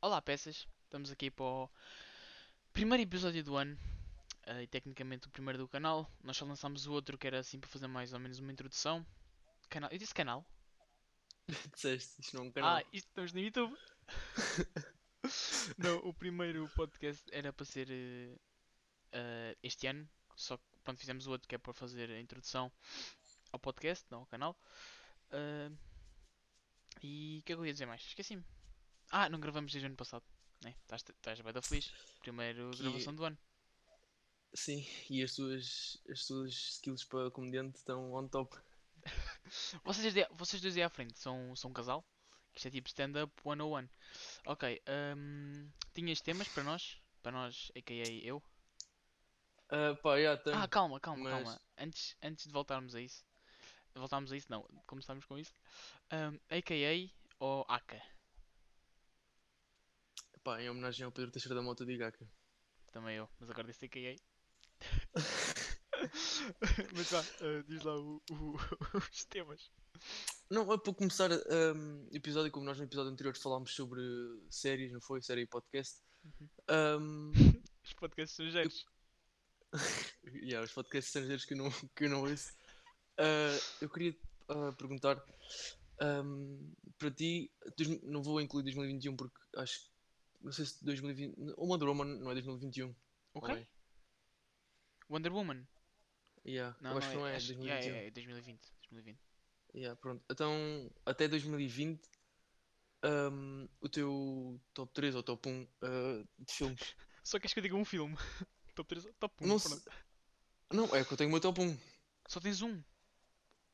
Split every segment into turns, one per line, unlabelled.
Olá, peças! Estamos aqui para o primeiro episódio do ano eh, e tecnicamente o primeiro do canal. Nós só lançámos o outro que era assim para fazer mais ou menos uma introdução. Canal. Eu disse canal?
Disseste, isto não é um canal.
Ah, isto estamos no YouTube! Não, o primeiro podcast era para ser eh, eh, este ano, só que pronto, fizemos o outro que é para fazer a introdução ao podcast, não ao canal. Ah, e o que é que eu ia dizer mais? Esqueci-me. Ah, não gravamos desde o ano passado. né? Estás estás bem da feliz. Primeiro
Que-
gravação do ano.
Sim, e as tuas, as tuas skills para comediante estão on top.
Vocês, de- vocês dois aí à frente são, são um casal? Isto é tipo stand-up 101. Ok, ahm, tinhas temas para nós? Para nós, a.k.a. eu?
Ah, pá, já tenho.
Ah, calma, calma,
mas-
calma. Antes, antes de voltarmos a isso. Voltarmos a isso, não. Começámos com isso. Ahm, AKA ou AKA?
Pá, em homenagem ao Pedro Teixeira da Mota de Gaca.
Também eu, mas agora disse AKA. mas vá, ah, diz lá o- o- os temas.
Não, é para começar ahm, o episódio, como nós no episódio anterior falámos sobre séries, não foi? Série e podcast. Ahm,
Os podcasts estrangeiros.
yeah, é, os podcasts estrangeiros que eu não, que eu não ouço. Ah, eu queria ah, perguntar ahm, para ti, dois- não vou incluir 2021 porque acho que não sei se 2020. O Wonder Woman não é 2021.
O
ou
quê?
é?
Wonder Woman?
Yeah,
Não,
eu acho que não é,
acho-
2021.
yeah, é, é 2020. 2020.
Yeah, pronto. Então, até 2020, ahm, um, o teu top 3 ou top 1 ah, de filmes.
Só queres que eu diga um filme? top 3, top 1.
Não sei- Não, é que eu tenho o meu top 1.
Só tens um.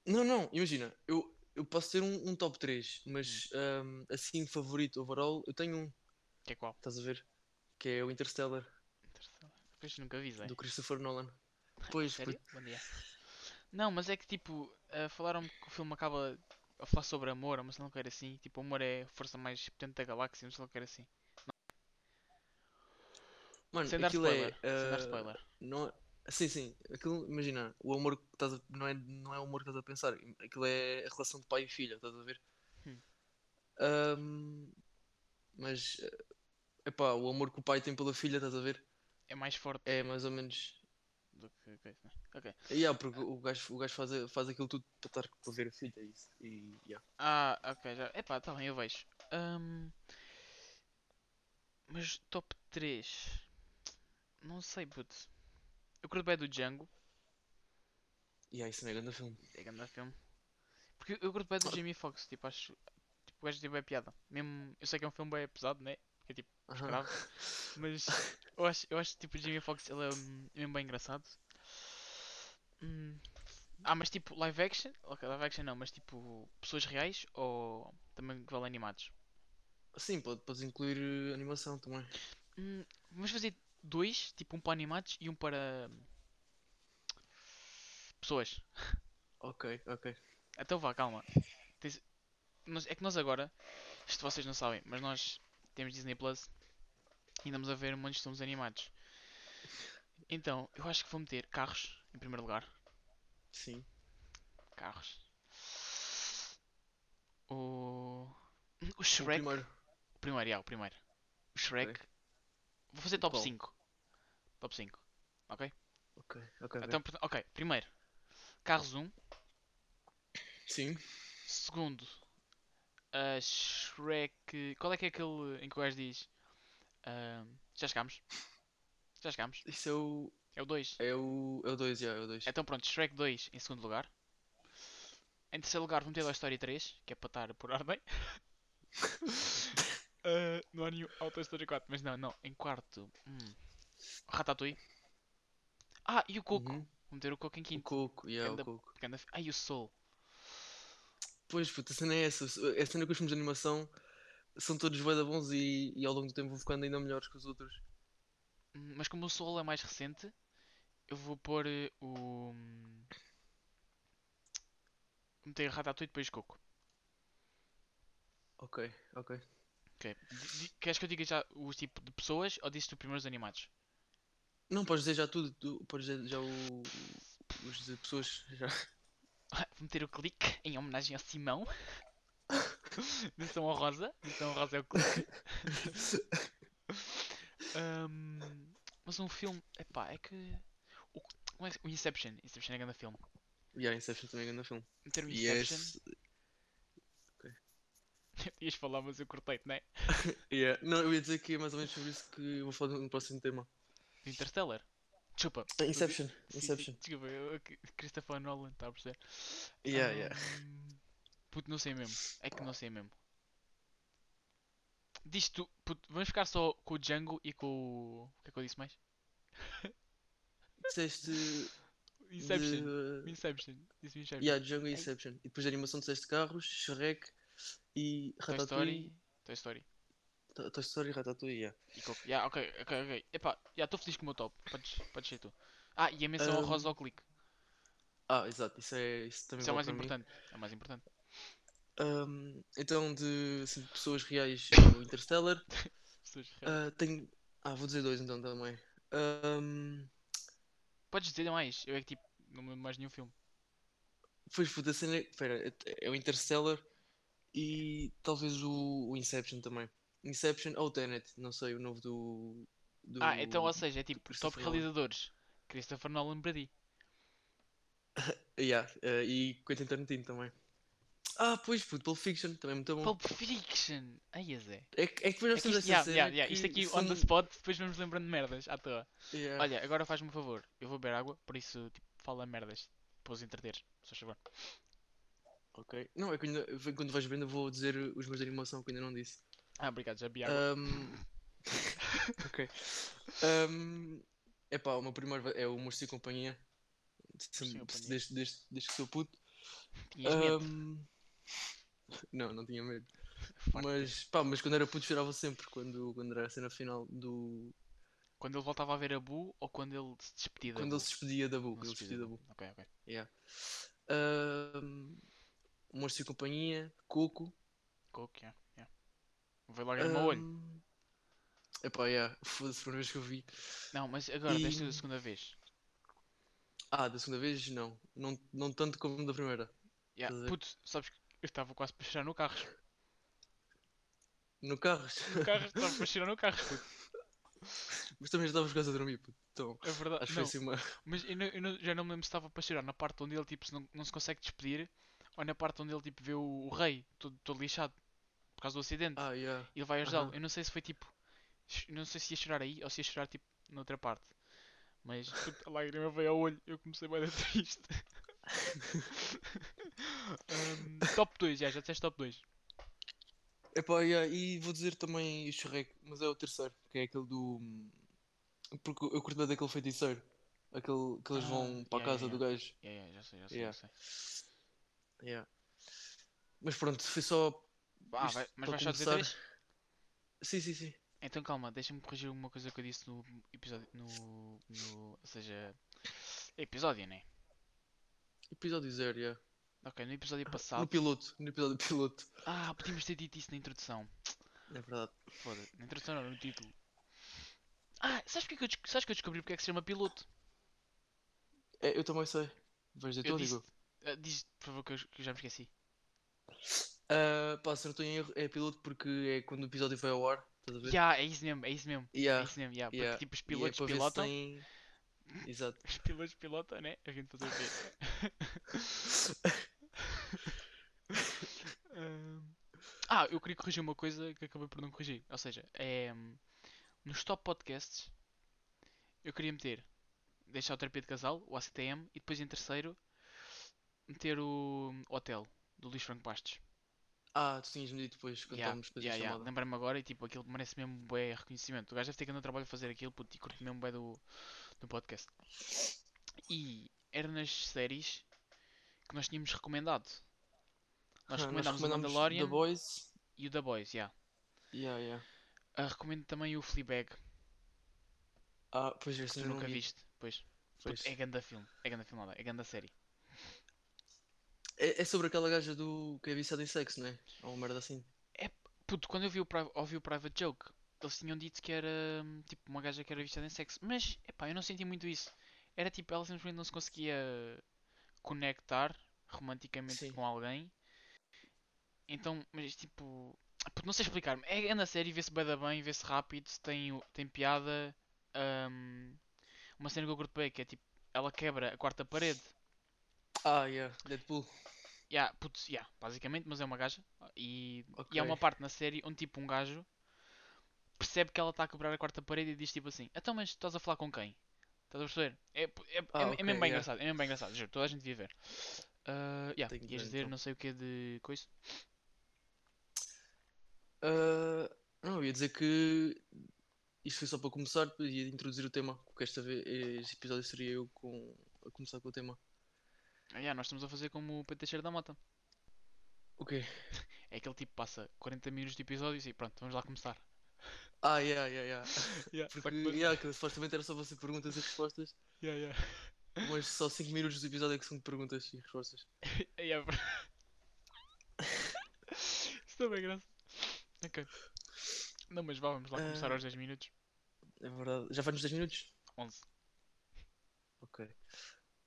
Não, não, imagina, eu, eu posso ter um, um top 3, mas
Hum.
ahm, assim, favorito overall, eu tenho um,
Que é qual?
estás a ver? Que é o Interstellar,
Interstellar. Pois nunca vi, Zé.
do Christopher Nolan. Pois,
Sério?
puto,
Bom dia. Não, mas é que tipo, ah, falaram-me que o filme acaba a falar sobre amor, mas não quero assim. Tipo, amor é a força mais potente da galáxia, mas não quero assim.
mano,
Sem dar
aquilo é.
spoiler. Sem dar
ah,
spoiler.
Não, sim, sim, aquilo, imagina, o amor que estás a, não é, não é o amor que estás a pensar, aquilo é a relação de pai e filha, estás a ver?
Hum.
Ahm, mas, eh, epá, o amor que o pai tem pela filha, estás a ver?
É mais forte
É mais ou menos.
do que coisa, né? Ok.
Yeah, porque o gajo, o gajo faz, a- faz aquilo tudo para estar para ver a filha, é isso. E, yeah.
Ah, ok, já. Epá, tá bem, eu vejo. Ahm, Mas top 3. Não sei, puto. Eu curto bem do Django.
Yeah, isso não é grande filme.
É grande filme. Porque eu- eu curto bem do Jamie Foxx, tipo, acho. Tipo, o gajo tem bem piada. Mesmo. Eu sei que é um filme bem pesado, né? Porque é tipo,
Aham.
grave. Mas eu acho, eu acho tipo, o Jamie Foxx ele é hum, mesmo bem engraçado. Hum, Ah, mas tipo, live action? Ok, live action não, mas tipo, pessoas reais ou também que valem animados?
Sim, pode, podes incluir eh, animação também.
Hum, vamos fazer dois, tipo um para animados e um para hum, pessoas.
Ok, ok.
Então vá, calma. Tens- nós- É que nós agora, isto vocês não sabem, mas nós temos Disney Plus e andamos a ver um monte de filmes animados. Então, eu acho que vou meter carros em primeiro lugar.
Sim.
Carros. O. O
O
Shrek.
primeiro.
O primeiro, já, o primeiro. O Shrek. Vou fazer top
Qual?
5. Top 5. Ok?
Ok, ok. ok.
Então, portan- ok, primeiro. Carros 1.
Sim.
Segundo, a Shrek. Qual é que é aquele em que o gajo diz? ahm, já chegámos. Já chegámos.
Isso é o.
É o 2.
É o. É o 2, yeah, é o 2.
Então pronto, Shrek 2 em segundo lugar. Em terceiro lugar, vou meter Toy Story 3, que é para estar por ordem. Ah, não há nenhum ao Toy Story 4, mas não, não. Em quarto, hum, Ratatouille. Ah, e o Coco.
Uhum.
Vou meter o Coco em
O
quinto.
coco, yeah,
Ganda-
o coco.
porque anda- Ah, e o Soul.
Pois, puta, a cena é essa. A cena que os filmes de animação são todos bué da bons e, e ao longo do tempo vão ficando ainda melhores que os outros.
Hum, Mas como o Soul é mais recente, eu vou pôr eh, o. hum, Meter Ratatouille e depois Coco.
Ok, ok.
Ok. Di- di- Queres que eu diga já o tipo de pessoas ou disse tu primeiro os animados?
Não, podes dizer já tudo. tu- podes dizer já o. Os de pessoas. Já.
Vou meter o clique em homenagem ao Simão. Menção honrosa. Menção honrosa é o clique. Ahm, mas um filme. Epá, é que. O, como é que- o Inception. Inception é grande filme.
E a Inception também é grande filme.
Meter o
E
Inception.
esse.
Ias falar, mas eu cortei-te, não é?
Yeah. Não, eu ia dizer que é mais ou menos sobre isso que eu vou falar no próximo tema.
Do Interstellar. Desculpa.
Inception.
Sim, sim,
Inception.
desculpa, eu- eu- Christopher Nolan, está a perceber?
Yeah, yeah.
Ahm, Puto, não sei mesmo. É que não sei mesmo. Diz tu, puto, vamos ficar só com o Django e com o. O que é que eu disse mais?
Disseste.
Inception.
De...
Inception. Disse Inception.
Yeah, Django e
Ei.
Inception. E depois de animação disseste carros, Shrek e
Toy
Ratatouille.
Story. Toy Story.
To- Toy Story e Ratatouille, yeah.
E Coco. Yeah, ok, ok, ok. Epá, já estou feliz com o meu top. Podes, podes ser tu. Ah, e a menção
Ahm,
honrosa ao clique.
Ah, exato, isso, é, isso também
Isso é o mais
vale para mim.
importante. É o mais importante.
Ahm, então, de assim, de pessoas reais, o Interstellar.
Pessoas reais.
Ah, tenho. Ah, vou dizer dois então também. Ahm,
Podes dizer mais. Eu é que tipo, não me lembro mais nenhum filme.
Pois, puta, a cena. Espera, é o Interstellar e talvez o, o Inception também. Inception ou Tenet, não sei, o novo do. do...
Ah, então, ou seja, é tipo, top
Christopher Nolan.
realizadores. Christopher Nolan para ti.
Yeah, eh, e Quentin Tarantino também. Ah, pois, puto, Pulp Fiction também é muito bom.
Pulp Fiction! Ai, Zé.
É que, é que depois nós
Aqui, isto,
temos essa
yeah,
cena
yeah, yeah, isto
que É.
aqui
são-
on the spot, depois vamos lembrando de merdas à toa.
Yeah.
Olha, agora faz-me um favor. Eu vou beber água, por isso, tipo, fala merdas. Para os entreteres, se faz favor.
Ok. Não, é que ainda, quando vais vendo, eu vou dizer os meus de animação que ainda não disse.
Ah, obrigado, já bebi água.
Um... ok. Um... Epá, o meu primeiro vai- é o Morcego e Companhia. Sempre-
e Companhia.
Desde, desde, desde que sou puto.
Tinhas medo?
Um, Não, não tinha medo.
Farto.
Mas, pá, mas quando era puto chorava sempre quando, quando era a cena final do.
Quando ele voltava a ver a Bu ou quando ele se despedia da
Quando
Bu?
ele se despedia da Bu,
Não
quando ele se despedia da Bu.
Ok, ok.
Yeah. Um... Morcego e Companhia, Coco.
Coco, yeah, yeah. Veio logo no meu olho.
um, Epá, yeah, foda-se, foi a primeira vez que eu vi.
Não, mas agora, desta
e-
da segunda vez.
Ah, da segunda vez não. Não, não tanto como da primeira.
Yeah,
Estás a ver?
Puto, sabes que eu estava quase para chorar no carro.
No carro.
No carro, estava para chorar no carro, puto.
Mas também já estavas quase a dormir, puto. Então,
É verdade.
acho que foi
não.
assim uma.
Mas eu, não- eu não- já não me lembro se estava para chorar na parte onde ele tipo, se não, não se consegue despedir ou na parte onde ele tipo, vê o, o rei todo, todo lixado por causa do acidente.
Ah, yeah.
Ele vai ajudá-lo.
aham.
Eu não sei se foi tipo. ch- eu Não sei se ia chorar aí ou se ia chorar tipo noutra parte. Mas puto, a lágrima veio ao olho. Eu comecei bem triste. Ahm, Um, top 2, já, já disseste top 2.
Epá, yeah. E vou dizer também o Shrek, mas é o terceiro, que é aquele do. Porque eu curto bem daquele feiticeiro. Aquele que eles
Ah,
vão para a
yeah, yeah,
casa do gajo.
Yeah, yeah, já sei, já sei,
Yeah.
já sei.
Yeah. Mas pronto, foi só.
Ah,
isto
vai- mas
para
vais só dizer
começar.
3?
Sim, sim, sim.
Então calma, deixa-me corrigir uma coisa que eu disse no episódio. No, no, ou seja, episódio, né?
Episódio zero, yeah.
Ok, no episódio
No
passado.
piloto, no episódio piloto.
Ah, podíamos ter dito isso na introdução.
É verdade.
Foda-se, na introdução não, no título. Ah, sabes, porque é que eu, des- sabes que eu descobri porque é que se chama piloto?
É, eu também sei. Vais dizer
Eu
tu,
disse,
digo.
ah, diz, por favor, que eu, que eu já me esqueci.
Ah, pá, se não estou em erro, é piloto porque é quando o episódio vai ao ar, estás a ver?
Yeah, é isso mesmo, é isso mesmo. É
Yeah.
isso mesmo, yeah,
yeah,
porque tipo os
E é
pilotos
para ver se
pilotam.
tem- Exato.
Os pilotos pilotam, né? A gente fazer o quê? Ahm, Ah, eu queria corrigir uma coisa que acabei por não corrigir. Ou seja, é... hum, nos top podcasts eu queria meter deixar o terapia de casal, o ACTM, e depois em terceiro meter o hum, Hotel do Luís Franco Bastos.
Ah, tu tinhas-me dito depois quando
Yeah,
estávamos a fazer
yeah,
a
yeah.
chamada.
Lembrei-me agora e tipo, aquilo merece mesmo bué reconhecimento. O gajo deve ter que andar trabalho a fazer aquilo puto, e curto mesmo bué do, do podcast. E era nas séries que nós tínhamos recomendado. Nós
Ah,
recomendámos o
recomendámos
Mandalorian
The Boys.
e o The Boys, yeah.
Yeah, yeah.
Ah, recomendo também o Fleabag, que
Ah, pois esse
tu
eu não
nunca
vi,
viste. Pois, puto,
pois.
é ganda filme, é ganda filmada, é ganda série.
É, é sobre aquela gaja do que é viciada em sexo, não é? Ou uma merda assim.
Puto, quando eu vi o, Pri- ouvi o Private Joke, eles tinham dito que era hum, tipo uma gaja que era viciada em sexo, mas epá, eu não senti muito isso. Era tipo, ela simplesmente não se conseguia conectar romanticamente
Sim.
com alguém Então, mas tipo. puto, Não sei explicar. É, anda a série, vê-se bué da bem, vê-se rápido, tem, o- tem piada. Ahm, uma cena que eu curto bem que é tipo. Ela quebra a quarta parede.
Ah, yeah, Deadpool.
Yeah, putz, yeah, basicamente, mas é uma gaja. E, e há uma
Ok.
parte na série onde tipo um gajo percebe que ela está a quebrar a quarta parede e diz tipo assim: Então, mas estás a falar com quem? Estás a perceber? É, é, é,
Ah,
é mesmo
ok,
bem
yeah.
engraçado, é mesmo bem engraçado, juro, toda a gente devia ver. Ah, yeah,
Tenho que
ias
ver,
dizer
então.
não sei o que de coisa.
Ah, não, eu ia dizer que isto foi só para começar, depois ia introduzir o tema, porque esta vez este episódio seria eu com, a começar com o tema.
Ah, yeah, nós estamos a fazer como o Pedro Teixeira da Mota.
Ok.
É aquele tipo que passa 40 minutos de episódios e pronto, vamos lá começar.
Ah, yeah, yeah, yeah.
Yeah, só
Porque,
que depois-
yeah, que supostamente era só você perguntas e respostas,
yeah, yeah.
mas só 5 minutos do episódio é que são de perguntas e respostas.
Yeah, bro. Isso também é graça. Ok. Não, mas vá, vamos lá começar
Ah.
aos 10 minutos.
É verdade. Já faz nos 10 minutos?
11.
Ok.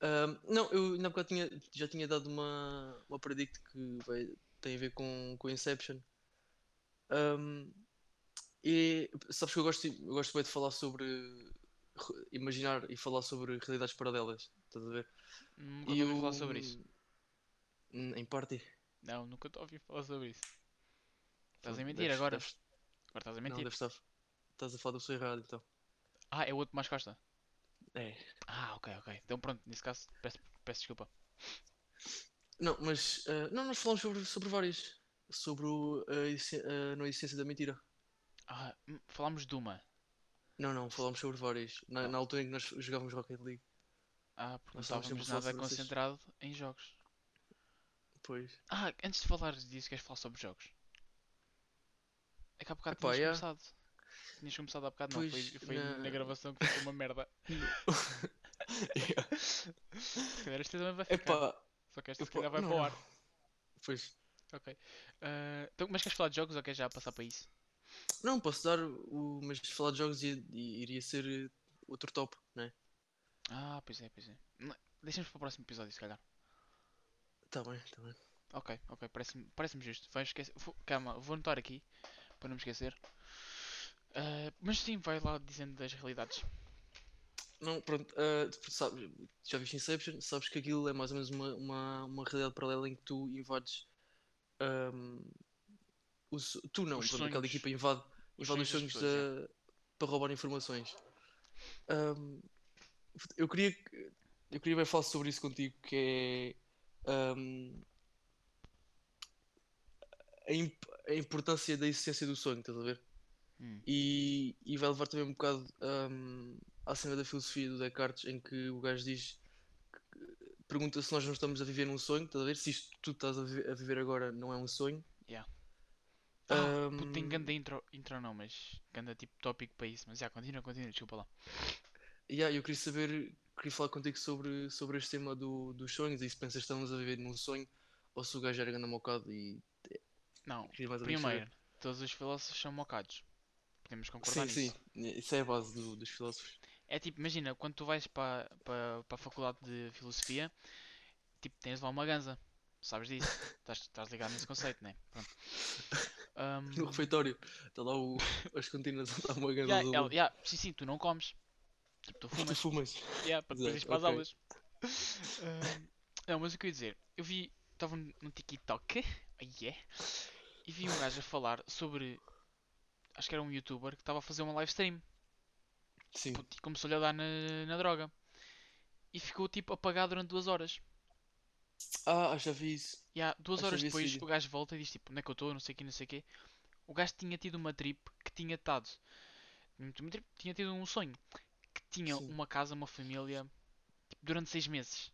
Ahm, não, eu ainda há bocado tinha, já tinha dado uma, uma predict que vai, tem a ver com, com Inception. Ahm, e sabes que eu gosto, eu gosto bem de falar sobre re- imaginar e falar sobre realidades paralelas, estás a ver?
Nunca
E
ouvi
eu,
falar sobre isso.
hum, em parte,
Não, nunca te ouvi falar sobre isso. Estás a
pronto,
mentir
deves-
agora.
deves-
Agora estás a
não,
mentir.
deves estar, estás a falar do seu errado, então.
Ah, é o outro mais costa.
É.
Ah, ok, ok. Então pronto, nesse caso, peço, peço desculpa.
Não, mas ah, não, nós falamos sobre, sobre várias. Sobre o, a, essen- a não essência da mentira.
Ah, hum, falámos de uma.
Não, não, falámos sobre vários. Na, na altura em que nós jogávamos Rocket League,
Ah, porque não
Nós estávamos sempre
estávamos
a
nada
falar sobre essas-
concentrado em jogos.
pois.
Ah, antes de falar disso, queres falar sobre jogos? É que há bocado
Epá,
tinhas
yeah.
começado. Tinhas começado há bocado, não. Foi,
Pois,
foi na...
na-
gravação que ficou uma merda. Se calhar este também vai ficar.
Epá,
Só que esta se
epá,
calhar vai
não,
para o
não.
ar.
Pois.
Ok. Ah, então, mas queres falar de jogos ou queres já passar para isso?
Não, posso dar o. Mas falar de jogos ia- i- iria ser eh, outro top, né?
Ah, pois é, pois é. Não, Deixamos para o próximo episódio, se calhar.
Tá bem, tá bem.
Ok, ok, parece-me parece-me justo. Vai esquecer. Vou, calma, vou anotar aqui para não me esquecer. Ah, mas sim, vai lá dizendo das realidades.
Não, pronto, ah, tu sabes, já viste Inception? Sabes que aquilo é mais ou menos uma, uma, uma realidade paralela em que tu invades. ahm, o so- tu não,
Os
pronto, aquela
sonhos.
equipa invade,
Os
invade os
sonhos das
sonhos
pessoas, yeah.
da- para roubar informações. Ahm, eu queria que- eu queria bem falar sobre isso contigo que é ahm, a, imp- a importância da essência do sonho, estás a ver?
Hum.
E, e vai levar também um bocado ahm, à cena da filosofia do Descartes em que o gajo diz pergunta se nós não estamos a viver num sonho, estás a ver? Se isto que tu estás a vi- a viver agora não é um sonho. Hum,
Yeah. Ah, puto, tem
Ahm,
ganda intro, intro não, mas ganda tipo tópico para isso. Mas já, continua, continua, desculpa lá.
Yeah, eu queria saber, queria falar contigo sobre, sobre este tema do, dos sonhos e se pensas que estamos a viver num sonho ou se o gajo era grande mocado e
Não,
queria mais ou menos saber.
primeiro, todos os filósofos são mocados. Podemos concordar
Sim,
nisso.
sim, né, isso é a base do- dos filósofos.
É tipo, imagina, quando tu vais para para a faculdade de filosofia, tipo, tens de levar uma ganza. Sabes disso? Estás, estás ligado nesse conceito, né? Pronto. Um, Ahm,
No refeitório, está lá o, as cantinas onde há uma grande
yeah,
azul.
ela- yeah, sim, sim, tu não comes. Tipo, tu
Tu
fumas.
fumas.
yeah, para depois
Exato,
ires para as
ok.
aulas. Ahm, não, mas o que eu ia dizer? Eu vi, estava no TikTok, aí é, e vi um gajo a falar sobre, acho que era um youtuber que estava a fazer uma live stream.
Sim,
Puto, e começou-lhe a dar na, na droga. E ficou tipo apagado durante duas horas.
ah, já vi isso.
E há duas
Acho que
horas
vi esse
depois
vídeo.
o gajo volta e diz tipo, onde é que eu estou, não sei o quê, não sei o quê. O gajo tinha tido uma trip que tinha estado. não tinha uma trip, Tinha tido um sonho. Que tinha
Sim.
uma casa, uma família, tipo, durante seis meses.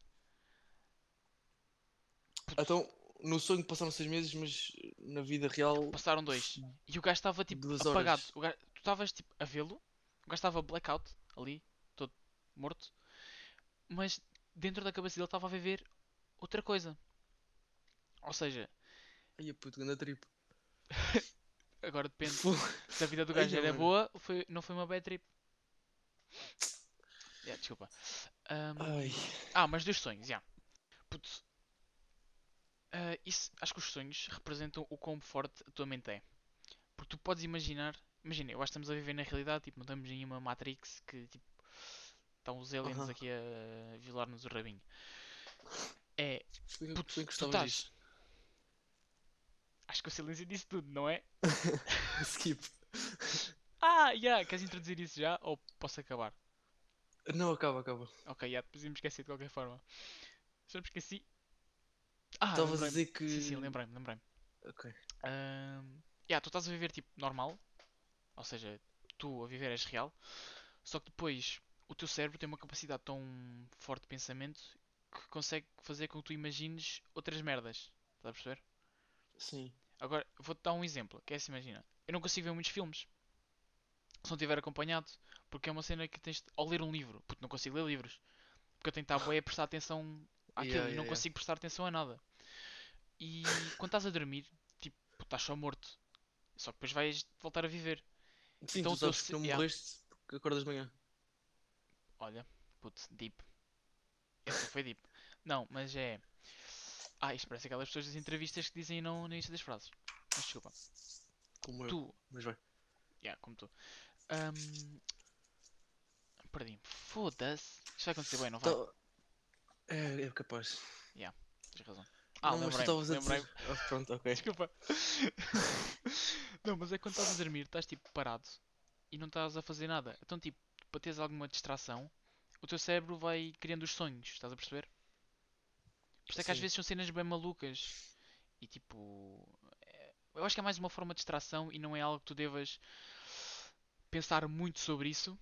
Então, no sonho passaram seis meses, mas na vida real,
Passaram dois. E o gajo estava tipo
duas
apagado.
horas.
O gajo- tu estavas tipo a vê-lo. O gajo estava blackout ali, todo morto. Mas dentro da cabeça dele estava a viver outra coisa. Ou seja,
Ai, puto, grande trip.
agora depende.
Fu-
Se a vida do
Ai,
gajo era
mano.
boa, foi- não foi uma bad trip. Yeah, Hum. desculpa. Ahm,
Ai,
ah, mas dos sonhos, já. Puto, Ah, isso, acho que os sonhos representam o quão forte a tua mente é. Porque tu podes imaginar. Imagina, eu acho que estamos a viver na realidade, tipo, não estamos em uma Matrix que tipo. Estão os aliens
Aham.
aqui a violar-nos o rabinho. É,
Explica
Puto,
tu
tu
encostavas
estás-
disso.
acho que o silêncio disse tudo, não é?
Skip.
Ah, já, queres introduzir isso já? Ou posso acabar?
Não, acaba, acaba.
Ok, já, depois ia me esquecer de qualquer forma. Já me esqueci. Ah,
Estavas a
lembrei-me.
Então dizer que.
Sim, sim, lembrei-me, lembrei-me.
Ok.
Ahm, yeah, tu estás a viver tipo normal, ou seja, tu a viver és real, só que depois o teu cérebro tem uma capacidade tão forte de pensamento que consegue fazer com que tu imagines outras merdas. Estás a perceber?
Sim.
Agora, vou-te dar um exemplo, que é se imagina. Eu não consigo ver muitos filmes se não tiver acompanhado, porque é uma cena que tens de, ao ler um livro, porque não consigo ler livros, porque eu tenho que estar bué a prestar atenção àquilo
Yeah,
e não
yeah, yeah.
consigo prestar atenção a nada. E quando estás a dormir, tipo, estás só morto, só que depois vais voltar a viver.
Sim,
Então o
tu
teu
sabes que
se-
não
yeah.
morreste porque acordas de manhã.
Olha, putz, deep. Essa foi deep. Não, mas é. Ah, isto parece aquelas pessoas das entrevistas que dizem não no início das frases. Mas desculpa.
Como eu.
Tu, Ah,
Mas vai.
Yeah, como tu. Ahm, Perdi-me. Foda-se. Isto vai acontecer bem, não vai?
Tá- É, é capaz.
Tens razão. Ah,
não, mas tu
lembrei-me,
estavas a
lembrei-me.
dizer. Ah, pronto, ok.
Desculpa. não, mas é quando estás a dormir, estás tipo parado e não estás a fazer nada. Então, tipo, para teres alguma distração, o teu cérebro vai criando os sonhos, estás a perceber? Por isso é que às
Sim.
vezes são cenas bem malucas e tipo. é- Eu acho que é mais uma forma de distração e não é algo que tu devas pensar muito sobre isso.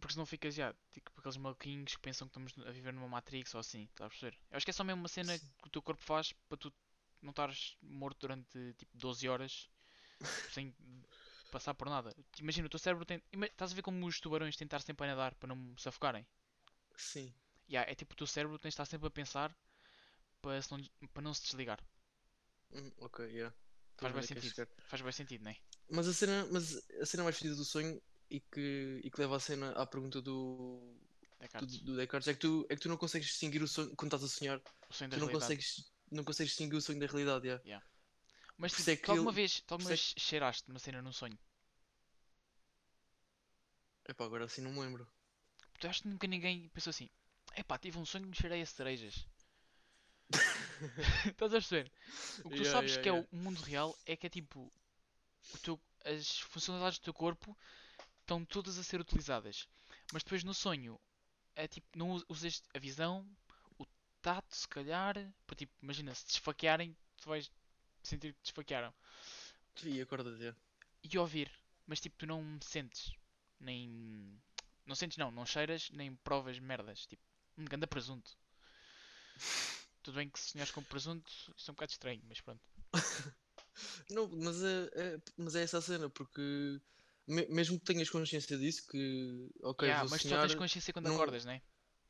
Porque senão ficas já, tipo, aqueles maluquinhos que pensam que estamos a viver numa Matrix ou assim, estás a perceber? Eu acho que é só mesmo uma cena que o teu corpo faz para tu não estares morto durante tipo 12 horas sem passar por nada. Imagina, o teu cérebro tem. ima- Estás a ver como os tubarões têm de estar sempre a nadar para não sufocarem?
Sim.
Yeah, é tipo o teu cérebro tem de estar sempre a pensar para, se não, para não se desligar.
Hum, ok, yeah.
Faz
Estás
bem
a ver onde é que queres
sentido.
chegar.
Faz bem sentido, não é?
Mas a cena, mas a cena mais fedida do sonho e que, e que leva a cena à pergunta do, do,
Descartes.
do Descartes é que, tu, é que tu não consegues distinguir o sonho quando estás a sonhar.
O sonho da
Tu não
realidade.
consegues, não consegues distinguir o sonho da realidade. Yeah.
Mas
por
tipo,
isso é que
tu alguma
ele-
vez, tu alguma
por isso
vez cheiraste uma cena num sonho?
Epá, agora assim não me lembro.
Tu acho que nunca ninguém pensou assim. Epá, tive um sonho que me cheirei a cerejas. Estás a perceber? O que tu
Yeah,
sabes
yeah,
que é
yeah.
o mundo real é que é tipo o teu- as funcionalidades do teu corpo estão todas a ser utilizadas. Mas depois no sonho é tipo, não us- usas a visão, o tato se calhar, para tipo, imagina, se desfaquearem, tu vais sentir que desfaquearam.
E acordas, yeah.
E ouvir, mas tipo, tu não sentes, nem. Não sentes não, não cheiras, nem provas merdas, tipo, um ganda presunto. Tudo bem que se sonhares com presunto, isso é um bocado estranho, mas pronto.
Não, mas é, é- mas é essa a cena, porque me- mesmo que tenhas consciência disso, que ok,
Yeah,
vou
mas tu só
sonhar,
tens consciência quando
não-
acordas, não é?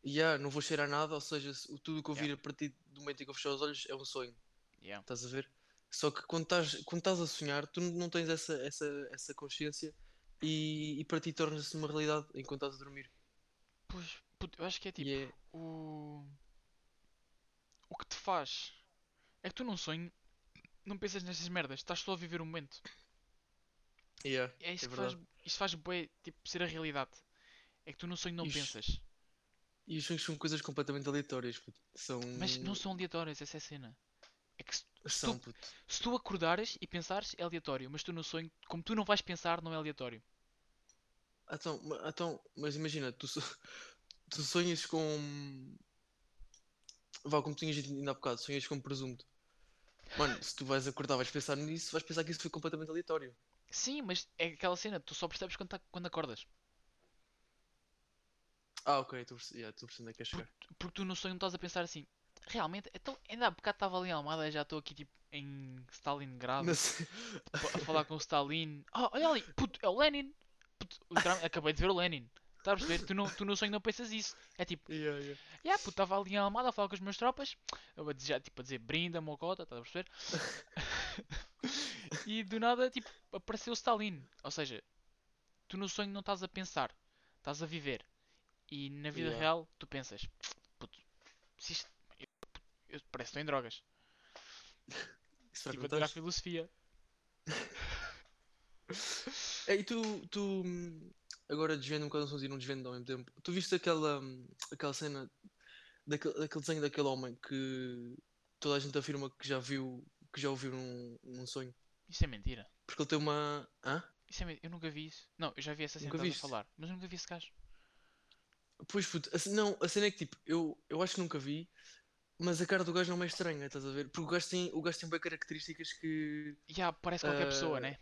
yeah, não vou cheirar nada, ou seja, se- o- tudo o que eu
Yeah.
vir a partir do momento em que eu fechar os olhos é um sonho,
Yeah.
estás a ver? Só que quando estás, quando estás a sonhar, tu n- não tens essa, essa, essa consciência e, e para ti torna-se uma realidade enquanto estás a dormir.
Pois, puto, eu acho que é tipo,
E é,
o... O que te faz é que tu num sonho não pensas nestas merdas, estás só a viver o momento.
yeah,
É isso
é
que faz,
verdade.
isso faz bué, tipo, ser a realidade. É que tu num sonho não
Ixi.
pensas.
E os sonhos são coisas completamente aleatórias, puto. São,
Mas não são aleatórias, essa é a cena. É que se,
são,
tu-
puto.
se tu acordares e pensares, é aleatório. Mas tu no sonho, como tu não vais pensar, não é aleatório.
Então, ma- então, mas imagina, tu, so- tu sonhas com. Vá, como tu tinhas dito ainda há bocado, sonhas com presunto. Mano, se tu vais acordar, vais pensar nisso, vais pensar que isso foi completamente aleatório.
Sim, mas é aquela cena, tu só percebes quando, tá- quando acordas.
Ah, ok, estou a perce- yeah, estou a perceber onde é que queres chegar.
Porque tu no sonho não estás a pensar assim. Realmente, então, ainda há bocado estava ali em Almada, já estou aqui tipo em Stalingrado.
Ah, Mas-
Fa- a falar com o Stalin. Ah, olha ali, puto, é o Lenin. Puto, literal- acabei de ver o Lenin. Estás a perceber? Tu, não, tu no sonho não pensas isso. É tipo,
Yeah, yeah.
yeah, puto, estava ali em Almada a falar com as minhas tropas. Eu a dizer, tipo, a dizer brinda, mocota, estás a perceber? e do nada, tipo, apareceu o Stalin. Ou seja, tu no sonho não estás a pensar, estás a viver. E na vida
Yeah.
real, tu pensas, puto, se isto. eu- eu- parece que estou em drogas.
Será que
Estive a tirar
estás?
filosofia.
É, e tu, tu hum, agora desvendo um bocado o sonzinho e não desvendo ao mesmo tempo. Tu viste aquela, hum, aquela cena daquele, daquele desenho daquele homem que toda a gente afirma que já viu, que já ouviu num, num sonho.
Isso é mentira.
Porque ele tem uma. Hã?
Isso é men- Eu nunca vi isso. Não, eu já vi essa cena
Nunca
que estás
viste?
a falar, mas eu nunca vi esse gajo.
Pois puto, a ce- não, a cena é que tipo, eu, eu acho que nunca vi, mas a cara do gajo não é estranha, estás a ver? Porque o gajo tem, o gajo tem bem características que.
Já, parece qualquer pessoa,
Ah,
né?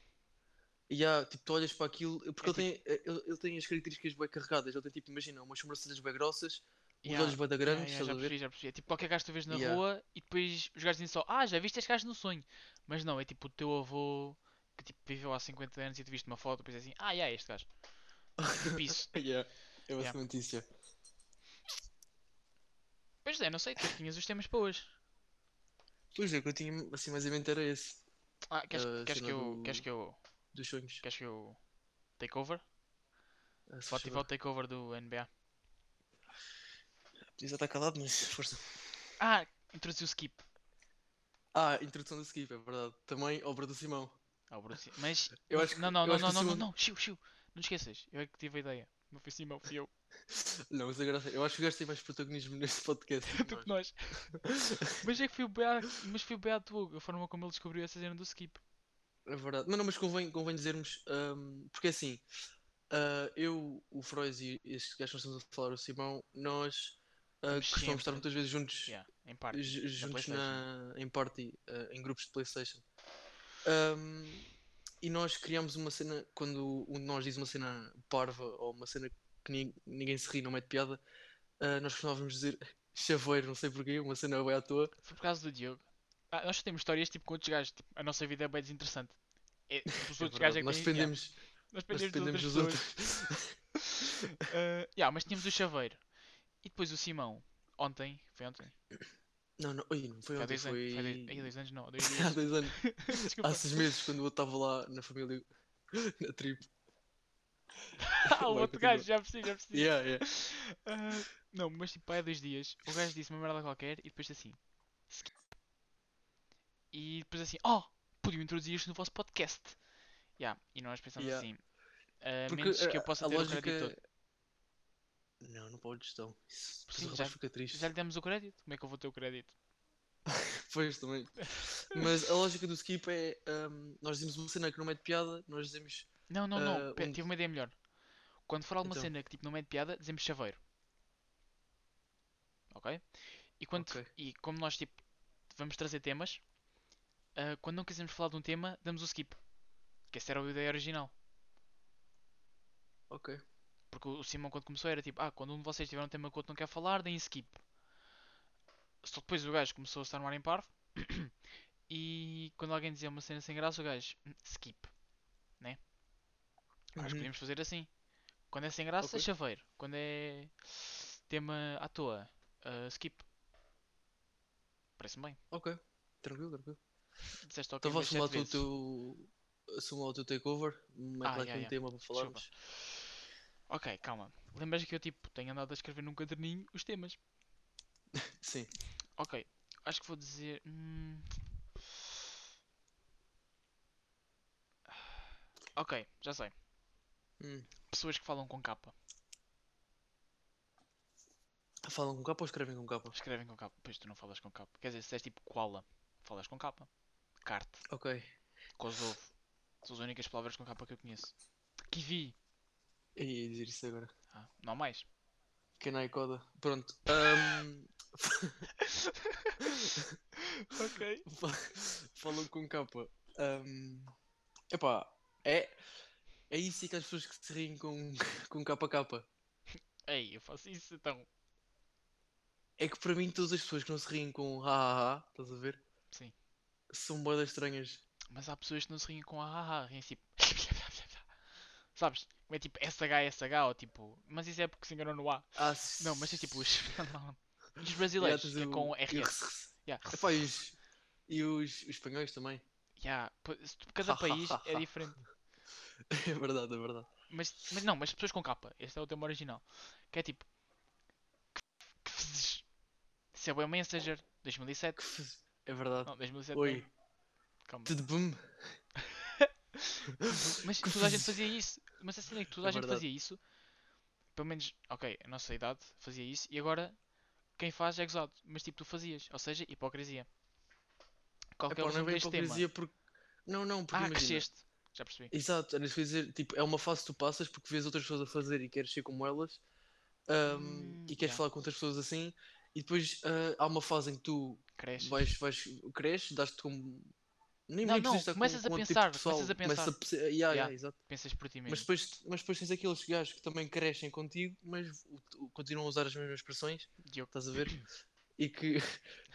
E há, tipo, tu olhas para aquilo, porque
É
ele, tem, eh, ele, ele tem as características bem carregadas, ele tem tipo, imagina, umas sobrancelhas bem grossas,
Já,
uns olhos bem
já,
grandes,
já,
estás
já
a ver?
percebi, já percebi. É tipo qualquer gajo que tu vês na
Ya.
rua e depois os gajos dizem só, ah, já viste este gajo no sonho. Mas não, é tipo o teu avô que tipo, viveu há 50 anos e tu viste uma foto e depois é assim, ah, já, é este gajo. É tipo isso.
Yeah, é
Yeah.
basicamente isso. yeah.
Pois é, não sei, tu tinhas os temas para hoje.
Pois é, o que eu tinha assim mais em mente era esse,
Ah, queres,
Ah,
queres
cena
que eu,
do-
queres que eu,
dos sonhos.
queres que eu take over?
Ah, se faz
Spotify
favor.
takeover do NBA.
Podia estar calado, mas força.
Ah, introduzi o skip.
Ah, introdução do Skip, é verdade. Também obra do Simão.
Ah, o Bruno Sim- Mas.
Eu
mas-
acho que-
não, não,
eu
não,
acho que
não,
o
não, não,
segundo-
não, Xiu, xiu. Não te esqueças. Eu é que tive a ideia. Não foi Simão, fui eu.
Não, mas é graça. Eu acho que o gajo tem mais protagonismo neste podcast do que
Do que
nós.
nós. Mas é que foi o BA, mas foi o BA do Hugo, a forma como ele descobriu essa cena do skip.
É verdade. Mas não, mas convém, convém dizermos, ahm, porque assim, ah, eu, o Frois e este gajo que nós estamos a falar, o Simão, nós ah,
Estamos
costumamos estar
sempre-
muitas vezes juntos.
Yeah, em parte.
ju- juntos
PlayStation.
na, em party, eh, em grupos de PlayStation. Ahm, e nós criámos uma cena, quando um de nós diz uma cena parva ou uma cena que ni- ninguém se ri, não mete piada, ah, nós costumávamos dizer chaveiro, não sei porquê, uma cena bem à toa.
Foi por causa do Diogo. Ah, nós temos histórias tipo com outros gajos. Tipo, a nossa vida é bem desinteressante. É, tipo, os
É
outros
verdade,
gajos é que
nós
têm- yeah,
dependemos,
nós
nós
dependemos
dependemos
de
dos
outras pessoas.
outros.
Ah, yeah, mas tínhamos o Chaveiro. E depois o Simão. Ontem, foi ontem?
Não, não, oi, não foi
Foi há
ontem,
dois anos. Foi há dois,
foi Ah,
aí, há dois anos não, há dois
há
dias.
dois anos,
Desculpa.
há seis meses, quando eu estava lá na família, na tribo.
Ah, o
Vai,
outro
continua.
gajo, já percebi, já percebi.
Yeah, yeah.
Ah, não, mas tipo, há dois dias, o gajo disse uma merda qualquer e depois disse assim. "Skip." E depois assim, oh, podiam introduzir isto no vosso podcast. Yeah, e nós pensamos
Yeah.
assim, a
Porque
menos que
a-
eu possa
a
ter o crédito todo.
lógica- Não, não podes, então. Isso, depois
Sim,
o
já-
rapaz fica triste.
Já lhe demos o crédito? Como é que eu vou ter o crédito?
Pois, também. Mas a lógica do skip é. hum, nós dizemos uma cena que não mete piada, nós dizemos.
Não, não, não,
Ah,
pera,
onde-
tive uma ideia melhor. Quando for alguma
Então.
cena que tipo não é de piada, dizemos chaveiro. Ok? E quando
Ok.
e como nós tipo vamos trazer temas, ah, quando não quisermos falar de um tema, damos o skip. Que essa era a ideia original.
Ok.
Porque o o Simão quando começou era tipo, ah, quando um de vocês tiver um tema que o outro não quer falar, deem skip. Só que depois o gajo começou a estar no ar em parvo e quando alguém dizia uma cena sem graça, o gajo, "Hum, skip. Né? Nós
Uhum.
podíamos fazer assim. Quando é sem graça,
Ok.
chaveiro. Quando é tema à toa, ah, skip. Parece-me bem.
Ok. Tranquilo, tranquilo.
Disseste ok
Então vou
umas sete
assumir lá o
vezes.
teu. Assumo lá o teu takeover. Mete
Ah,
lá
já,
aqui um
já.
tema para falarmos.
Ok, calma. Lembras que eu tipo tenho andado a escrever num caderninho os temas.
Sim.
Ok, acho que vou dizer. hum. Ok, já sei.
Hum.
Pessoas que falam com capa.
Falam com capa ou escrevem com capa?
Escrevem com capa. Pois tu não falas com capa. Quer dizer, se és tipo koala, falas com capa. Carte,
Ok.
kosovo. São as únicas palavras com capa que eu conheço. Kiwi.
Eu ia dizer isso agora.
Ah, não há mais.
Kenai Koda. Pronto. hum,
Ok.
fa- Falam com capa. Hum, Epá, é. É isso e que as pessoas que se riem com, com capa capa.
Ei, eu faço isso então.
É que para mim todas as pessoas que não se riem com ha ha ha, estás a ver?
Sim.
São boedas estranhas.
Mas há pessoas que não se riem com ah, ah, ah, riem tipo. Sabes? É tipo SHSH ou tipo. Mas isso é porque se enganou no A.
Ah,
Não, mas é tipo
os
os. e os brasileiros, que é com RS. Yeah.
Epá, e os, e os, os espanhóis também.
Yeah. pô, se tu- Cada país é diferente.
É verdade, é verdade.
Mas, mas não, mas pessoas com capa. Este é o tema original. Que é tipo. Que fizes. Isso é o Messenger
Que
2007.
faz- É verdade.
Não, 2007
Oi.
não. Calma.
Tudo bom?
Mas
que
toda a gente
faz-
fazia isso. Mas assim, é que toda a
É
gente
verdade.
fazia isso. Pelo menos, ok, a nossa idade fazia isso. E agora, quem faz é gozado. Mas tipo, tu fazias. Ou seja, hipocrisia. Qualquer
Epá,
um
não é bem
deste tema.
hipocrisia porque. Não, não, porque
Ah,
imagina.
cresceste. Já percebi.
Exato, era isso que eu ia dizer, tipo, é uma fase que tu passas porque vês outras pessoas a fazer e queres ser como elas, ahm,
Hum,
e queres
já.
falar com outras pessoas assim, e depois ah, há uma fase em que tu
Cresces.
vais, vais, cresces, dás-te como. Nem,
Não,
nem
não,
precisas estar com,
começas a
com outro
pensar,
tipo de pessoal,
começas a
começas
pensar.
perce- yeah, yeah,
Yeah.
exato.
Pensas por ti
Mas
mesmo.
depois, mas depois tens aqueles gajos que também crescem contigo, mas o- o- continuam a usar as mesmas expressões,
Diogo.
estás a ver? E que,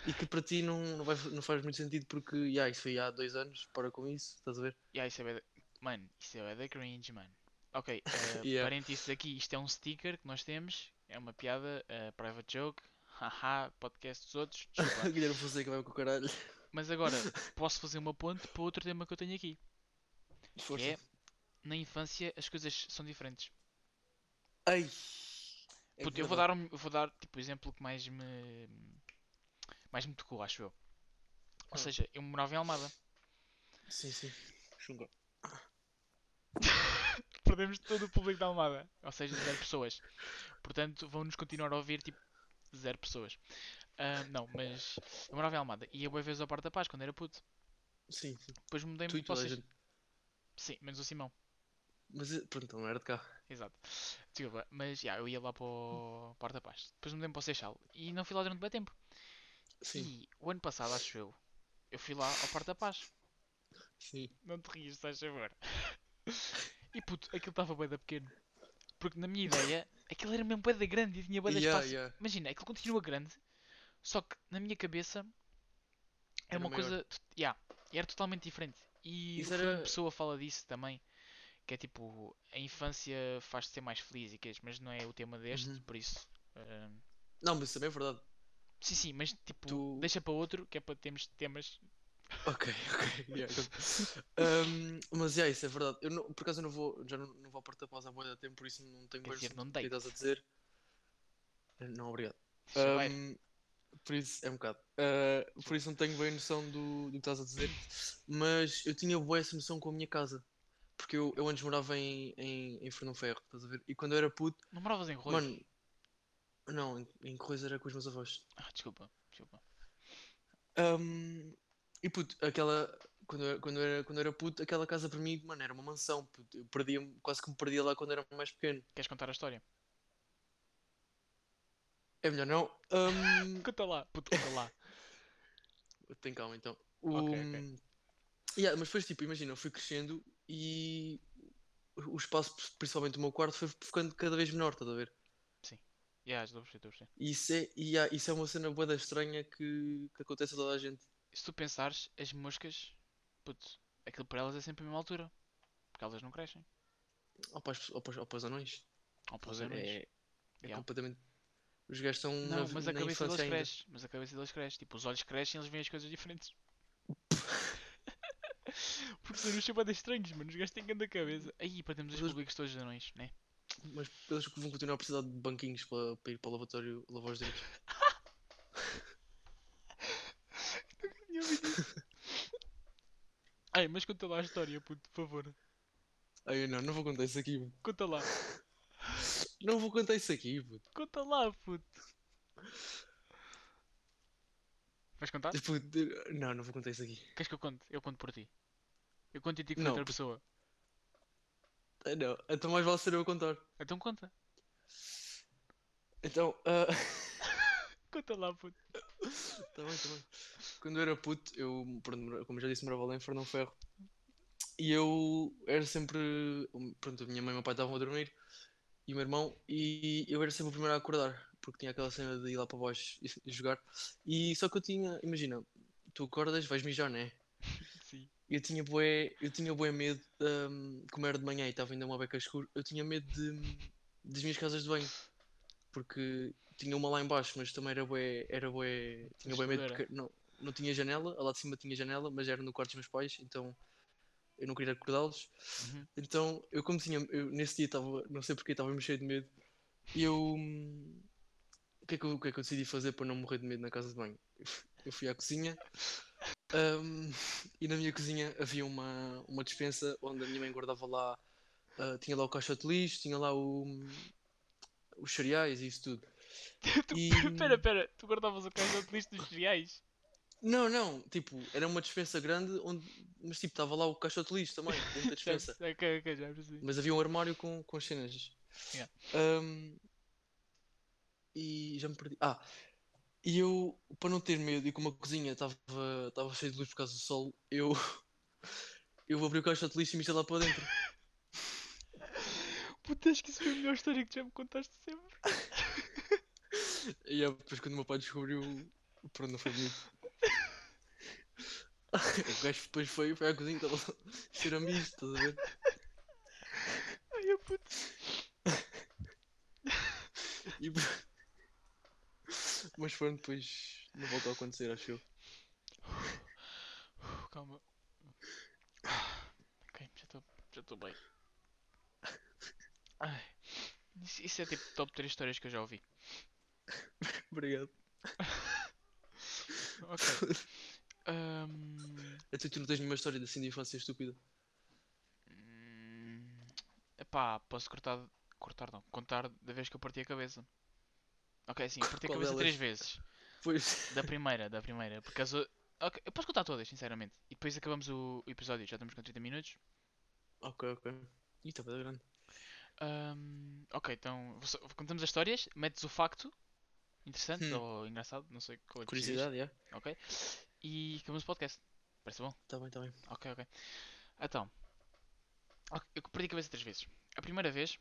e que para ti não, não, vai, não faz muito sentido porque, yeah, isso foi há dois anos, para com isso, estás a ver?
Yeah, isso é bué da- Mano, isso é bué da cringe, mano. Ok, eh,
Yeah.
parênteses aqui, isto é um sticker que nós temos, é uma piada, eh, private joke, haha, podcast dos outros, desculpa.
Guilherme Fonseca vai com o caralho.
Mas agora, posso fazer uma ponte para outro tema que eu tenho aqui, que
Força.
é, na infância as coisas são diferentes.
Ai. é
Puto, eu vou
verdade.
dar, um- eu vou dar, tipo, o exemplo que mais me... mais me tocou, acho eu. Ou
Ah.
seja, eu morava em Almada.
Sim, sim. Chunga.
Perdemos todo o público da Almada. Ou seja, zero pessoas. Portanto, vão-nos continuar a ouvir tipo zero pessoas. Ah, não, mas eu morava em Almada e ia boa vez ao Parque da Paz quando era puto.
Sim, sim.
Depois
Tu
mudei-me
e
para
toda a
vocês.
gente.
Sim, menos o Simão.
Mas eh, pronto, não era de cá.
Exato. Desculpa, mas já, eu ia lá para o Parque da Paz. Depois mudei-me para o Seixal e não fui lá durante bem tempo.
Sim,
E o ano passado, acho eu, eu fui lá ao Parque da Paz.
sim.
Não te rias, estás a favor. E puto, aquilo estava bué da pequeno. Porque na minha ideia, aquilo era mesmo bué da grande e tinha bué da
Yeah,
espaço.
yeah.
Imagina, aquilo continua grande, só que na minha cabeça é
Era
uma
maior.
coisa. to- Yeah, era totalmente diferente. E o
Isso
Fernando
era-
Pessoa fala disso também. Que é tipo, a infância faz-te ser mais feliz e que mas não é o tema deste,
Uhum.
por isso. ahm,
Não, mas isso também é verdade.
Sim, sim, mas tipo,
Tu-
deixa para outro, que é para termos temas.
Ok, ok. yeah, então. Ahm, mas yeah, isso é verdade. Eu não- por acaso eu não vou. Já não, não vou apertar pausa há boa tempo, por isso não tenho
Quer
bem
dizer, É assim,
noção
não
do que
date.
estás a dizer. Eh, Não, obrigado.
Chaveiro.
Ahm, por isso, é um bocado. Ah, por isso não tenho bem noção do, do que estás a dizer. Mas eu tinha boa essa noção com a minha casa. Porque eu, eu antes morava em, em, em Fernão Ferro, estás a ver? E quando eu era puto,
Não moravas em Rui?
mano. Não, em, em Correios era com os meus avós.
Ah, desculpa, desculpa.
Ahm, e puto, aquela. Quando eu, quando, eu era, quando eu era puto, aquela casa para mim, mano, era uma mansão. puto. Eu perdia, quase que me perdia lá quando era mais pequeno.
Queres contar a história?
É melhor não. Ahm,
Conta lá, puto, conta lá.
Tem calma então.
Ok,
O-
ok.
Yeah, mas depois, tipo, imagina, eu fui crescendo e o espaço, principalmente o meu quarto, foi ficando cada vez menor, estás a ver?
yeah, estou a perceber, estou a perceber.
E isso é, e, yeah, isso é uma cena boa da estranha que, que acontece a toda a gente.
se tu pensares, as moscas, puto, aquilo para elas é sempre a mesma altura. Porque elas não crescem.
Ou para, as, ou para, os- ou para os anões.
Ou para os
estás a ver?
anões.
É, é
Yeah.
completamente. Os gajos estão na,
Não, mas a
na
cabeça
infância
deles
ainda.
cresce. Mas a cabeça deles cresce. Tipo, os olhos crescem e eles veem as coisas diferentes. Porque são nos chamados estranhos, mano. Os gajos têm grande cabeça. Aí, perdemos os
Mas-
públicos todos os anões, né?
Mas eles vão continuar a precisar de banquinhos para, para ir para o lavatório lavar os dentes.
Ai, mas conta lá a história, puto, por favor.
Ai, eu não, não vou contar isso aqui, puto.
Conta lá.
Não vou contar isso aqui, puto.
Conta lá, puto. Vais contar?
Puto, eu- Tipo, Não, não vou contar isso aqui.
Queres que eu conte? Eu conto por ti. Eu conto e digo com
Não,
outra
puto.
pessoa.
Ah, Não, então mais vale ser eu a contar.
Então conta.
Então, ah,
Conta lá, puto.
tá bem, tá bem. Quando eu era puto, eu, pronto, mora- como já disse, morava lá em Fernão Ferro. E eu era sempre. Pronto, a minha mãe e o meu pai estavam a dormir, e o meu irmão, e eu era sempre o primeiro a acordar, porque tinha aquela cena de ir lá para baixo e e jogar. E só que eu tinha, imagina, tu acordas, vais mijar, né?
Sim.
Eu tinha bué, eu tinha bué medo, hum, como era de manhã e estava ainda uma beca escuro, eu tinha medo de, das minhas casas de banho. Porque tinha uma lá em baixo, mas também era bué, era bué, tinha bué medo
Escureira.
porque não, não tinha janela, a lá de cima tinha janela, mas era no quarto dos meus pais, então eu não queria acordá-los.
Uhum.
Então, eu como tinha, eu nesse dia estava, não sei porque, estava mesmo cheio de medo, e eu, hum, o que é que eu, o que é que eu decidi fazer para não morrer de medo na casa de banho? eu fui à cozinha ahm, e na minha cozinha havia uma, uma dispensa onde a minha mãe guardava lá, ah, tinha lá o caixote de lixo, tinha lá o, os cereais e isso tudo.
Tu-
E-
Pera, pera, tu guardavas o caixote de lixo dos cereais?
Não, não, tipo, era uma dispensa grande onde, mas tipo, estava lá o caixote de lixo também, dentro da
Já
dispensa.
perce- Ok, ok, já percebi.
Mas havia um armário com, com as cenas.
Yeah.
Ahm, e já me perdi. Ah, e eu, para não ter medo, e como a cozinha estava estava cheia de luz por causa do sol, eu, eu abri o caixote de lixo e mexi lá para dentro.
Puta, acho que isso foi a melhor história que já me contaste sempre.
E é, depois, quando o meu pai descobriu, pronto, não foi bonito. O gajo depois foi, foi à cozinha, estava lá, cheira-me isto, estás a ver?
Ai, eu puto.
E- Mas pronto, depois não voltou a acontecer, acho eu.
Uf, Calma. Ah, Ok, já estou já tô bem. Ai, isso, isso é tipo top 3 histórias que eu já ouvi.
Obrigado.
Ok. Ahm,
Até tu não tens nenhuma história assim de infância estúpida.
hum, epá, posso cortar. Cortar não, contar da vez que eu parti a cabeça. Ok, sim, eu parti a
Qual
cabeça
delas?
três vezes.
Pois.
Da primeira, da primeira. Porque as. o- Ok, eu posso contar todas, sinceramente. E depois acabamos o episódio, já estamos com 30 minutos.
Ok, ok. Ih, está bem grande.
Ahm, ok, então vou só- contamos as histórias, metes o facto interessante
Hum.
ou engraçado, não sei qual é que decides,
Curiosidade, é?
ok? E acabamos o podcast. Parece bom?
Está Tá bem, está bem.
Ok, ok. Então, ok, eu perdi a cabeça três vezes. A primeira vez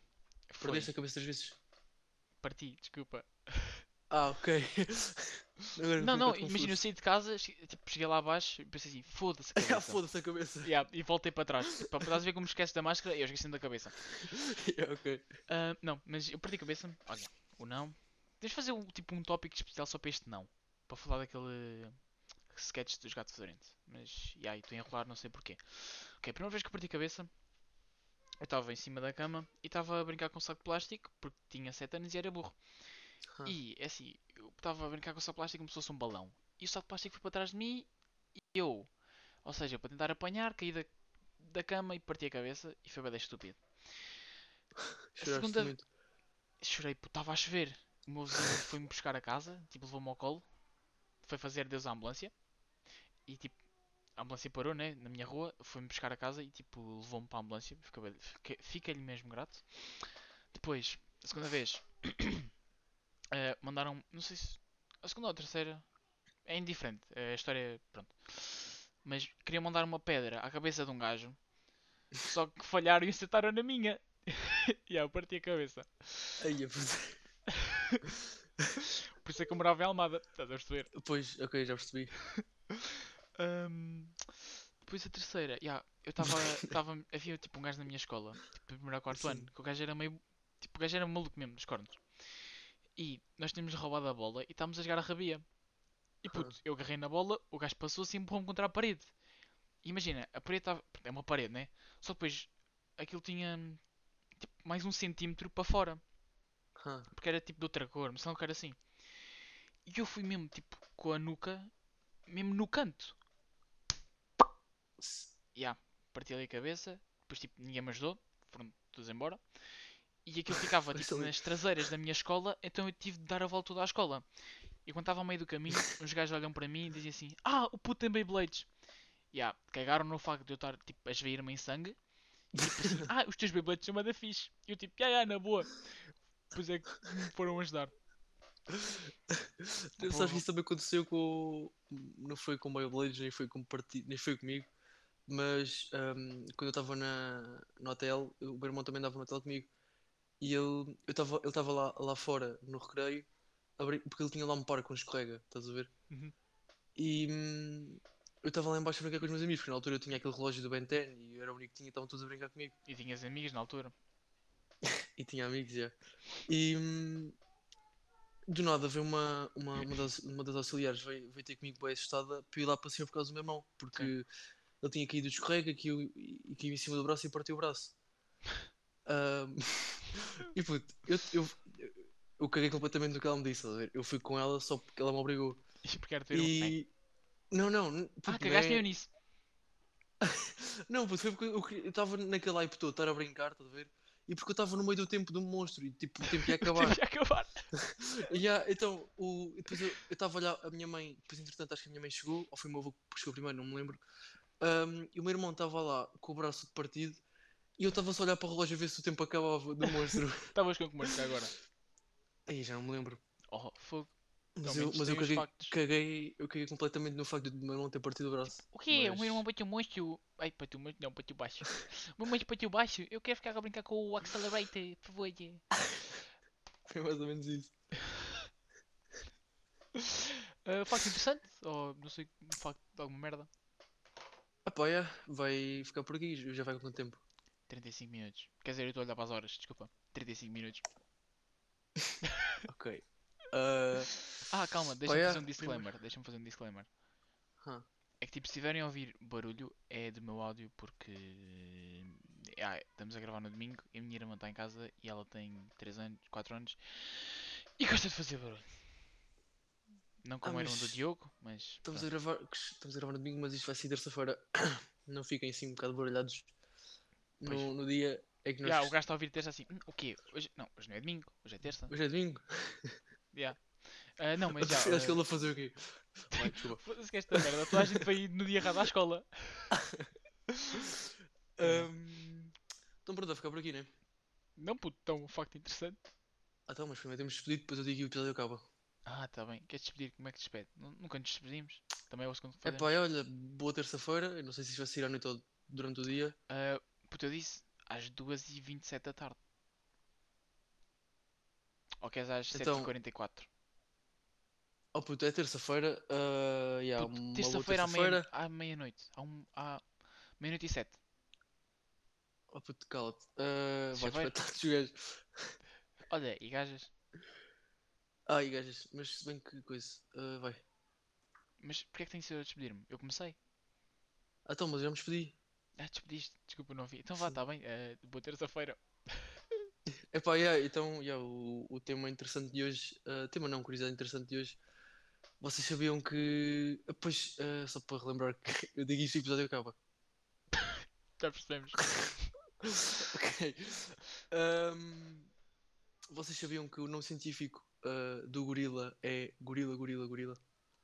foi.
Perdeste a cabeça três vezes.
Parti, desculpa.
Ah, ok.
Não,
Agora fiquei um
não,
bocado
imagina, eu
confuso.
saí de casa, che- tipo, cheguei lá abaixo e pensei assim, foda-se a
Ah,
cabeça.
foda-se a cabeça.
Yeah, e voltei para trás. Tipo, para trás ver como esquece da máscara, eu esqueci da cabeça.
Yeah, ok.
Ah, não, mas eu perdi a cabeça. Olha, o não. Deixa fazer um, tipo um tópico especial só para este não. Para falar daquele sketch dos gatos fedorentes. Mas, e aí, estou a enrolar, não sei porquê. Ok, a primeira vez que eu perdi a cabeça, eu estava em cima da cama e estava a brincar com um saco de plástico porque tinha 7 anos e era burro.
Ah.
E, é assim, eu estava a brincar com o saco de plástico como se fosse um balão. E o saco de plástico foi para trás de mim e eu, ou seja, para tentar apanhar, caí da, da cama e parti a cabeça e foi bem estúpido.
Choraste
segunda-
muito.
Chorei, puto, estava a chover. O meu vizinho foi-me buscar a casa, tipo, levou-me ao colo. Foi fazer Deus à ambulância. E tipo, a ambulância parou, né? Na minha rua, foi-me buscar a casa e tipo, levou-me para a ambulância. Fica- fica- Fiquei-lhe mesmo grato. Depois, a segunda vez, eh, mandaram, não sei se. A segunda ou a terceira. É indiferente. eh, A história, pronto. Mas queriam mandar uma pedra à cabeça de um gajo. Só que falharam e acertaram na minha. e eu parti a cabeça.
Ai, a puta.
Por isso é que eu morava em Almada, estás a perceber?
Pois, ok, já percebi.
Ahm, Depois a terceira, ya, eu estava. Tava, havia tipo um gajo na minha escola, tipo, do primeiro ao quarto ano,
Sim.
que o gajo era meio. Tipo, o gajo era maluco mesmo, dos cornos. E nós tínhamos roubado a bola e estávamos a jogar a rabia. E puto, eu agarrei na bola, o gajo passou-se e empurrou-me contra a parede. E Imagina, a parede estava. É uma parede, né? Só depois aquilo tinha tipo, mais um centímetro para fora.
Ah,
porque era tipo de outra cor, mas não que era assim. E eu fui mesmo tipo com a nuca, mesmo no canto.
s-
Ya, parti ali a cabeça, depois tipo ninguém me ajudou, foram todos embora. E aquilo ficava
Foste
tipo
ali.
nas traseiras da minha escola, então eu tive de dar a volta toda à escola. E quando estava a meio do caminho, os gajos olham para mim e dizem assim: Ah, o puto tem Beyblades. Ya, cagaram no facto de eu estar tipo a esvair-me em sangue. E tipo assim: Ah, os teus Beyblades são uma da fixe. E eu tipo: Ya, ya, na boa. Pois é que me foram ajudar.
Eu sabes que isso também aconteceu com. Não foi com o Beyblades, nem foi, com parti... nem foi comigo, mas ahm, quando eu estava na... no hotel, o meu irmão também dava no hotel comigo, e ele eu estava ele estava lá, lá fora, no recreio, abri- porque ele tinha lá um par com escorrega, estás a ver?
Uhum.
E hum, eu estava lá embaixo a brincar com os meus amigos, porque na altura eu tinha aquele relógio do Ben 10 e eu era o único que tinha, estavam todos a brincar comigo.
E tinhas amigos na altura.
E tinha amigos, já. E hum, do nada veio uma, uma, uma, das, uma das auxiliares veio, veio ter comigo bem assustada para eu ir lá para cima por causa do meu irmão, porque ele tinha caído de escorrega caiu, e e caiu em cima do braço e partiu o braço. Ahm, e puto, eu, eu, eu caguei completamente no que ela me disse, estás a ver? Eu fui com ela só porque ela me obrigou.
E quero ter um Mac.
E. Não, não. n-
Ah,
puto, não
cagaste
é-
mesmo nisso.
Não, puto, foi porque eu queria- eu estava naquele hype todo, estar a brincar, estás a ver? E porque eu estava no meio do tempo do monstro e tipo, o tempo ia acabar.
Tive de acabar.
E há- então, o, e depois eu eu estava a olhar, a minha mãe, depois entretanto acho que a minha mãe chegou, ou foi o meu avô que chegou primeiro, não me lembro. Ahm, e o meu irmão estava lá com o braço de partido e eu estava só a olhar para o relógio a ver se o tempo acabava do monstro.
Estavas com Tá, que marcar agora.
Aí já não me lembro.
Oh, fogo.
Mas
Ao
eu,
menos
mas eu
tem os
caguei,
factos.
caguei- eu caguei completamente no facto de meu irmão ter partido o braço.
O quê? O
Mas-
meu irmão bateu monstro. Ai, bateu monstro, não, bateu baixo. Um O meu irmão bateu baixo. Eu quero ficar a brincar com o Accelerator, por favor.
Foi mais ou menos isso.
Ah, facto interessante? Ou não sei, um facto de alguma merda?
Ah pá, é, vai ficar por aqui, já vai com quanto tempo?
35 minutos. Quer dizer, eu estou a olhar para as horas, desculpa. 35 minutos.
Ok. Ah,
Ah, calma, deixa-me
Olha,
fazer um
primeiro-
disclaimer. Deixa-me fazer um disclaimer.
Hã.
É que tipo, se tiverem a ouvir barulho, é do meu áudio porque. Ah, estamos a gravar no domingo e a minha irmã está em casa e ela tem 3 anos, 4 anos e gosta de fazer barulho. Não como o irmão do
Ah, mas
Diogo, mas.
estamos,
pronto.
a gravar, estamos a gravar no domingo, mas isto vai ser terça-feira. Não fiquem assim um bocado baralhados no,
Pois.
no dia é que nós.
Ya, o gajo está a ouvir terça assim. "Hum, o quê? Hoje... Não, hoje não é domingo, hoje é terça.
Hoje é domingo?
Ya. Ah, não, mas já.
Acho que
ah,
ele vai fazer o quê? Vai, desculpa.
Foda-se que esta merda, toda a gente vai ir no dia errado à escola.
Hum. Ahm, Ah, Então pronto, vai ficar por aqui, né?
Não, puto, tão um facto interessante.
Ah, então, mas primeiro temos despedido, depois eu digo e o episódio acaba.
Ah, tá bem. Queres despedir? Como é que te despede? Nu- Nunca nos despedimos. Também é o segundo que
É
fazemos.
pá, olha, boa terça-feira. Eu não sei se isto vai sair à noite ou durante o dia.
Ah, puto, eu disse às 2h27 da tarde. Ou queres às
Então,
7h44?
Oh puto, é terça-feira. ah, yeah,
Puto,
uma boa
terça-feira à meia-
terça-feira.
à meia-noite. À um- à meia-noite e sete.
Oh puto, cala-te. Ah, vai
Chaveiro.
espetar os gajos.
Olha, e gajas.
Ai, gajas, mas se bem que coisa. Ah, vai.
Mas porquê é que tenho que ser eu a despedir-me? Eu comecei.
Ah, então, mas eu já me despedi.
Ah, despediste. Desculpa, não vi. Então vá, tá bem. Ah, boa terça-feira.
É pá, yeah, então, yeah, o, o tema interessante de hoje. ah, tema não, curiosidade interessante de hoje. Vocês sabiam que. ah, Pois, ah, só para relembrar que eu digo isto e o episódio acaba.
Já percebemos.
Ok. Ahm, eh, vocês sabiam que o nome científico ah, do gorila é gorila, gorila, gorila?